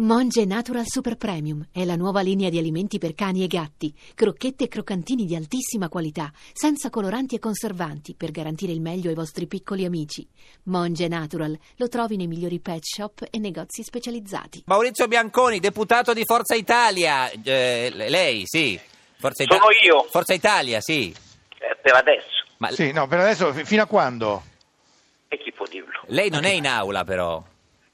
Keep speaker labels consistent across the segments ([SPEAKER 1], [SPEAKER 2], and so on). [SPEAKER 1] Monge Natural Super Premium è la nuova linea di alimenti per cani e gatti, crocchette e croccantini di altissima qualità, senza coloranti e conservanti, per garantire il meglio ai vostri piccoli amici. Monge Natural lo trovi nei migliori pet shop e negozi specializzati.
[SPEAKER 2] Maurizio Bianconi, deputato di Forza Italia. Eh, le- lei, sì. Forza
[SPEAKER 3] Sono io.
[SPEAKER 2] Forza Italia, sì.
[SPEAKER 3] Eh, per adesso.
[SPEAKER 2] Ma l-
[SPEAKER 4] Sì, no, per adesso fi- fino a quando?
[SPEAKER 3] E chi può dirlo?
[SPEAKER 2] lei non è in aula, però.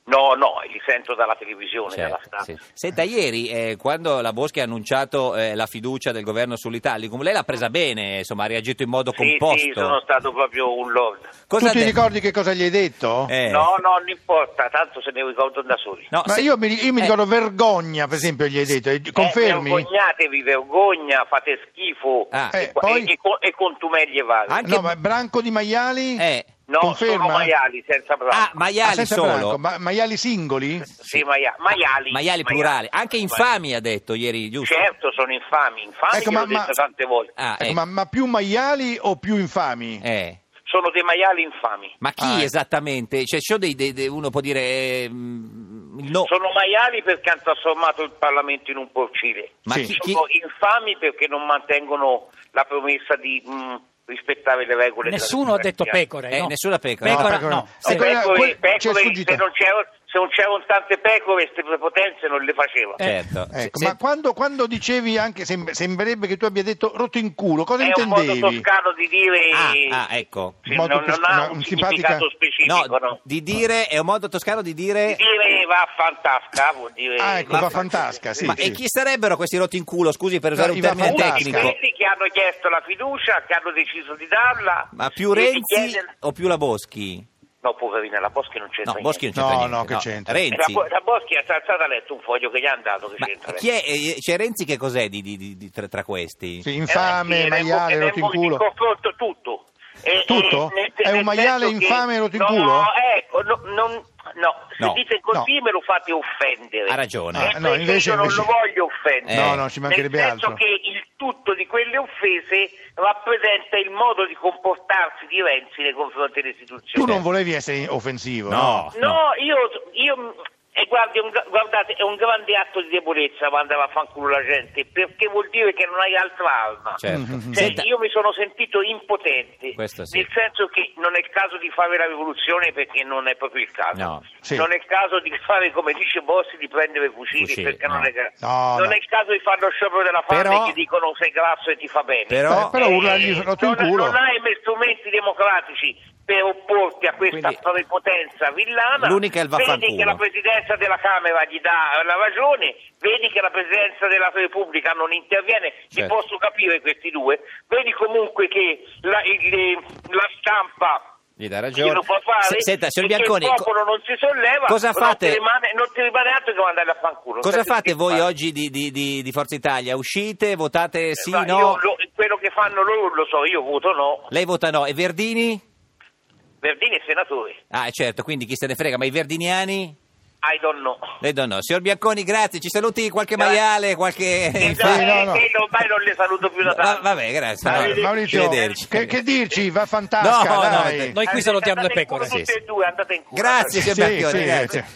[SPEAKER 3] No, no, li sento dalla televisione, dalla
[SPEAKER 2] Certo,
[SPEAKER 3] stampa.
[SPEAKER 2] sì. Senta, ieri eh, quando la Boschi ha annunciato eh, la fiducia del governo sull'Italicum, lei l'ha presa bene, insomma, ha reagito in modo
[SPEAKER 3] Sì,
[SPEAKER 2] composto.
[SPEAKER 3] sì, sono stato proprio un lord.
[SPEAKER 2] Cosa
[SPEAKER 4] tu ti
[SPEAKER 2] ha detto?
[SPEAKER 4] ricordi che cosa gli hai detto?
[SPEAKER 2] Eh,
[SPEAKER 3] No, no, non importa, tanto se ne ricordo da soli.
[SPEAKER 2] no,
[SPEAKER 4] Ma
[SPEAKER 2] se-
[SPEAKER 4] io mi, io mi
[SPEAKER 2] eh,
[SPEAKER 4] ricordo vergogna, per esempio, gli hai detto. E- Confermi?
[SPEAKER 3] Eh, vergognatevi, vergogna, fate schifo
[SPEAKER 2] Ah.
[SPEAKER 3] e,
[SPEAKER 4] Eh, poi-
[SPEAKER 3] e, e con- e contumelie varie.
[SPEAKER 2] Anche-
[SPEAKER 4] No, ma branco di maiali?
[SPEAKER 2] eh.
[SPEAKER 3] no,
[SPEAKER 4] conferma?
[SPEAKER 3] sono maiali senza braccia.
[SPEAKER 2] Ah,
[SPEAKER 4] Ah,
[SPEAKER 2] maiali
[SPEAKER 4] senza
[SPEAKER 2] solo.
[SPEAKER 4] branco, ma- maiali singoli?
[SPEAKER 3] Sì, maia- maiali.
[SPEAKER 2] Maiali plurale. Anche infami ha detto ieri, giusto?
[SPEAKER 3] Certo, sono infami, infami
[SPEAKER 4] Ecco,
[SPEAKER 3] che
[SPEAKER 4] ma-
[SPEAKER 3] l'ho detto
[SPEAKER 4] ma-
[SPEAKER 3] tante volte.
[SPEAKER 2] Ah,
[SPEAKER 4] Ecco,
[SPEAKER 2] eh,
[SPEAKER 4] ma, ma più maiali o più infami?
[SPEAKER 2] eh.
[SPEAKER 3] Sono dei maiali infami.
[SPEAKER 2] Ma chi
[SPEAKER 4] Ah, eh.
[SPEAKER 2] esattamente? Cioè, ci sono dei- dei- dei- uno può dire... eh, mm, no.
[SPEAKER 3] Sono maiali perché hanno trasformato il Parlamento in un porcile.
[SPEAKER 2] Ma
[SPEAKER 4] Sì.
[SPEAKER 2] chi, chi-
[SPEAKER 3] Sono infami perché non mantengono la promessa di mh, rispettare le regole. della
[SPEAKER 5] Nessuno ha detto
[SPEAKER 3] democrazia.
[SPEAKER 5] pecore,
[SPEAKER 2] Eh,
[SPEAKER 5] no?
[SPEAKER 2] nessuna pecora.
[SPEAKER 5] Pecora,
[SPEAKER 4] No, pecora no.
[SPEAKER 5] no.
[SPEAKER 3] No,
[SPEAKER 4] Sì.
[SPEAKER 5] Eh,
[SPEAKER 4] quella-
[SPEAKER 3] pecore-
[SPEAKER 4] quel- c'è
[SPEAKER 3] pecore,
[SPEAKER 4] sfuggita.
[SPEAKER 3] se, non c'erano, se non c'erano tante pecore, queste prepotenze non le faceva.
[SPEAKER 2] Certo.
[SPEAKER 4] Ecco,
[SPEAKER 2] Se-
[SPEAKER 4] ma quando, quando dicevi anche, sem- sembrerebbe che tu abbia detto rotto in culo, cosa
[SPEAKER 3] È un modo
[SPEAKER 4] intendevi?
[SPEAKER 3] toscano di dire.
[SPEAKER 2] Ah, ah, ecco.
[SPEAKER 3] Sì,
[SPEAKER 4] Modo
[SPEAKER 3] non, non
[SPEAKER 4] toscano,
[SPEAKER 3] ha
[SPEAKER 4] una-
[SPEAKER 3] un
[SPEAKER 4] un
[SPEAKER 3] significato
[SPEAKER 4] simpatica-
[SPEAKER 3] specifico,
[SPEAKER 2] No,
[SPEAKER 3] no?
[SPEAKER 2] di dire... È un modo toscano di
[SPEAKER 3] Di
[SPEAKER 2] dire...
[SPEAKER 3] dire va a fantasca, vuol dire.
[SPEAKER 4] Ah, ecco,
[SPEAKER 2] Ma-
[SPEAKER 4] fa fantasca, sì.
[SPEAKER 2] Ma
[SPEAKER 4] sì.
[SPEAKER 2] e chi sarebbero questi rotti in culo? Scusi per usare
[SPEAKER 4] No,
[SPEAKER 2] un
[SPEAKER 4] i
[SPEAKER 2] termine
[SPEAKER 4] Vanno
[SPEAKER 3] Uno
[SPEAKER 4] Tasca.
[SPEAKER 3] di
[SPEAKER 2] tecnico.
[SPEAKER 3] quelli che hanno chiesto la fiducia, che hanno deciso di darla.
[SPEAKER 2] Ma più
[SPEAKER 3] e di
[SPEAKER 2] Renzi
[SPEAKER 3] chiedere-
[SPEAKER 2] o più la Boschi?
[SPEAKER 3] No, poverina, la Boschi non c'entra
[SPEAKER 2] No, Boschi non
[SPEAKER 3] niente.
[SPEAKER 2] c'entra
[SPEAKER 4] No,
[SPEAKER 2] niente.
[SPEAKER 4] no, che c'entra?
[SPEAKER 2] Renzi.
[SPEAKER 3] La, Bo- la Boschi ha alzato a letto un foglio che gli ha andato. Che c'entra
[SPEAKER 2] Ma chi è, eh, c'è Renzi che cos'è di, di- di- di- tra, tra questi?
[SPEAKER 4] Sì,
[SPEAKER 3] Eh,
[SPEAKER 4] infame,
[SPEAKER 3] sì,
[SPEAKER 4] maiale,
[SPEAKER 3] nel-
[SPEAKER 4] rotto in
[SPEAKER 3] nel-
[SPEAKER 4] culo.
[SPEAKER 3] in confronto tutto. E-
[SPEAKER 4] Tutto?
[SPEAKER 3] e- nel-
[SPEAKER 4] È un
[SPEAKER 3] nel
[SPEAKER 4] maiale
[SPEAKER 3] senso che-
[SPEAKER 4] infame, rotto in
[SPEAKER 3] no,
[SPEAKER 4] culo?
[SPEAKER 3] ecco, no, non- no, se
[SPEAKER 2] No,
[SPEAKER 3] dite così me lo fate offendere.
[SPEAKER 2] Ha ragione.
[SPEAKER 3] E
[SPEAKER 4] Ah, no,
[SPEAKER 3] perché
[SPEAKER 4] invece-
[SPEAKER 3] io non
[SPEAKER 4] invece-
[SPEAKER 3] lo voglio offendere.
[SPEAKER 2] No,
[SPEAKER 4] no, ci mancherebbe
[SPEAKER 3] Nel senso
[SPEAKER 4] altro.
[SPEAKER 3] che il tutto di quelle offese rappresenta il modo di comportarsi di Renzi nei confronti delle
[SPEAKER 4] Tu
[SPEAKER 3] istituzioni.
[SPEAKER 4] non volevi essere offensivo,
[SPEAKER 2] No,
[SPEAKER 3] No, io, io e guardi, è un, guardate, è un grande atto di debolezza mandare a fanculo la gente, perché vuol dire che non hai altra arma.
[SPEAKER 2] certo.
[SPEAKER 4] Mhm.
[SPEAKER 3] Cioè,
[SPEAKER 2] Senta,
[SPEAKER 3] io mi sono sentito impotente,
[SPEAKER 2] Questo sì.
[SPEAKER 3] nel senso che non è il caso di fare la rivoluzione perché non è proprio il caso.
[SPEAKER 2] No.
[SPEAKER 4] Sì.
[SPEAKER 3] Non è il caso di fare, come dice Bossi, di prendere fucili,
[SPEAKER 2] Fucili,
[SPEAKER 3] perché non,
[SPEAKER 2] no.
[SPEAKER 3] è, il caso.
[SPEAKER 4] No,
[SPEAKER 3] non
[SPEAKER 4] no.
[SPEAKER 3] è il caso di fare lo sciopero della fame
[SPEAKER 2] Però-
[SPEAKER 3] che dicono sei grasso e ti fa bene.
[SPEAKER 2] Però-
[SPEAKER 4] Eh, però
[SPEAKER 3] Eh,
[SPEAKER 4] urlargli rotto in
[SPEAKER 3] non,
[SPEAKER 4] culo.
[SPEAKER 3] non hai strumenti democratici per opporti a questa
[SPEAKER 2] Quindi-
[SPEAKER 3] prepotenza villana.
[SPEAKER 2] L'unica è il
[SPEAKER 3] Vedi
[SPEAKER 2] vaffanculo.
[SPEAKER 3] che la Presidenza della Camera gli dà la ragione, vedi che la Presidenza della Repubblica non interviene, ti
[SPEAKER 2] Certo.
[SPEAKER 3] posso capire questi due, vedi comunque che la, il- le- la stampa
[SPEAKER 2] Gli dà
[SPEAKER 3] glielo
[SPEAKER 2] ragione.
[SPEAKER 3] può fare
[SPEAKER 2] Se- senta, signor
[SPEAKER 3] e che
[SPEAKER 2] Bianconi,
[SPEAKER 3] il
[SPEAKER 2] co-
[SPEAKER 3] popolo non si solleva,
[SPEAKER 2] cosa fate-
[SPEAKER 3] non, ti rimane, non ti rimane altro che mandare a fanculo.
[SPEAKER 2] cosa
[SPEAKER 3] Senti
[SPEAKER 2] fate
[SPEAKER 3] che
[SPEAKER 2] voi
[SPEAKER 3] fare.
[SPEAKER 2] oggi di, di- di- di Forza Italia? Uscite, votate sì,
[SPEAKER 3] Eh, Ma
[SPEAKER 2] no?
[SPEAKER 3] io lo- quello che fanno loro lo so, io voto no.
[SPEAKER 2] Lei vota no. E Verdini?
[SPEAKER 3] Verdini è senatore.
[SPEAKER 2] Ah, certo, quindi chi se ne frega, ma i verdiniani?
[SPEAKER 3] I don't know.
[SPEAKER 2] Lei no, no. Signor Bianconi, grazie. Ci saluti qualche
[SPEAKER 3] Grazie.
[SPEAKER 2] maiale, qualche...
[SPEAKER 3] Eh,
[SPEAKER 4] fa-
[SPEAKER 3] eh,
[SPEAKER 4] no, no.
[SPEAKER 3] eh, ormai non le saluto più da tanto.
[SPEAKER 2] Va- vabbè, grazie.
[SPEAKER 4] Ma-
[SPEAKER 2] No,
[SPEAKER 4] Maurizio,
[SPEAKER 2] arrivederci.
[SPEAKER 4] che, che dirci? Va fantastica,
[SPEAKER 2] No, no,
[SPEAKER 4] dai.
[SPEAKER 2] no,
[SPEAKER 3] eh,
[SPEAKER 5] Noi qui salutiamo le
[SPEAKER 3] Andate in
[SPEAKER 5] pecore.
[SPEAKER 3] culo tutte e due, andate in culo.
[SPEAKER 2] Grazie, signor
[SPEAKER 4] Sì,
[SPEAKER 2] Bianconi.
[SPEAKER 4] sì,
[SPEAKER 2] grazie.
[SPEAKER 4] grazie.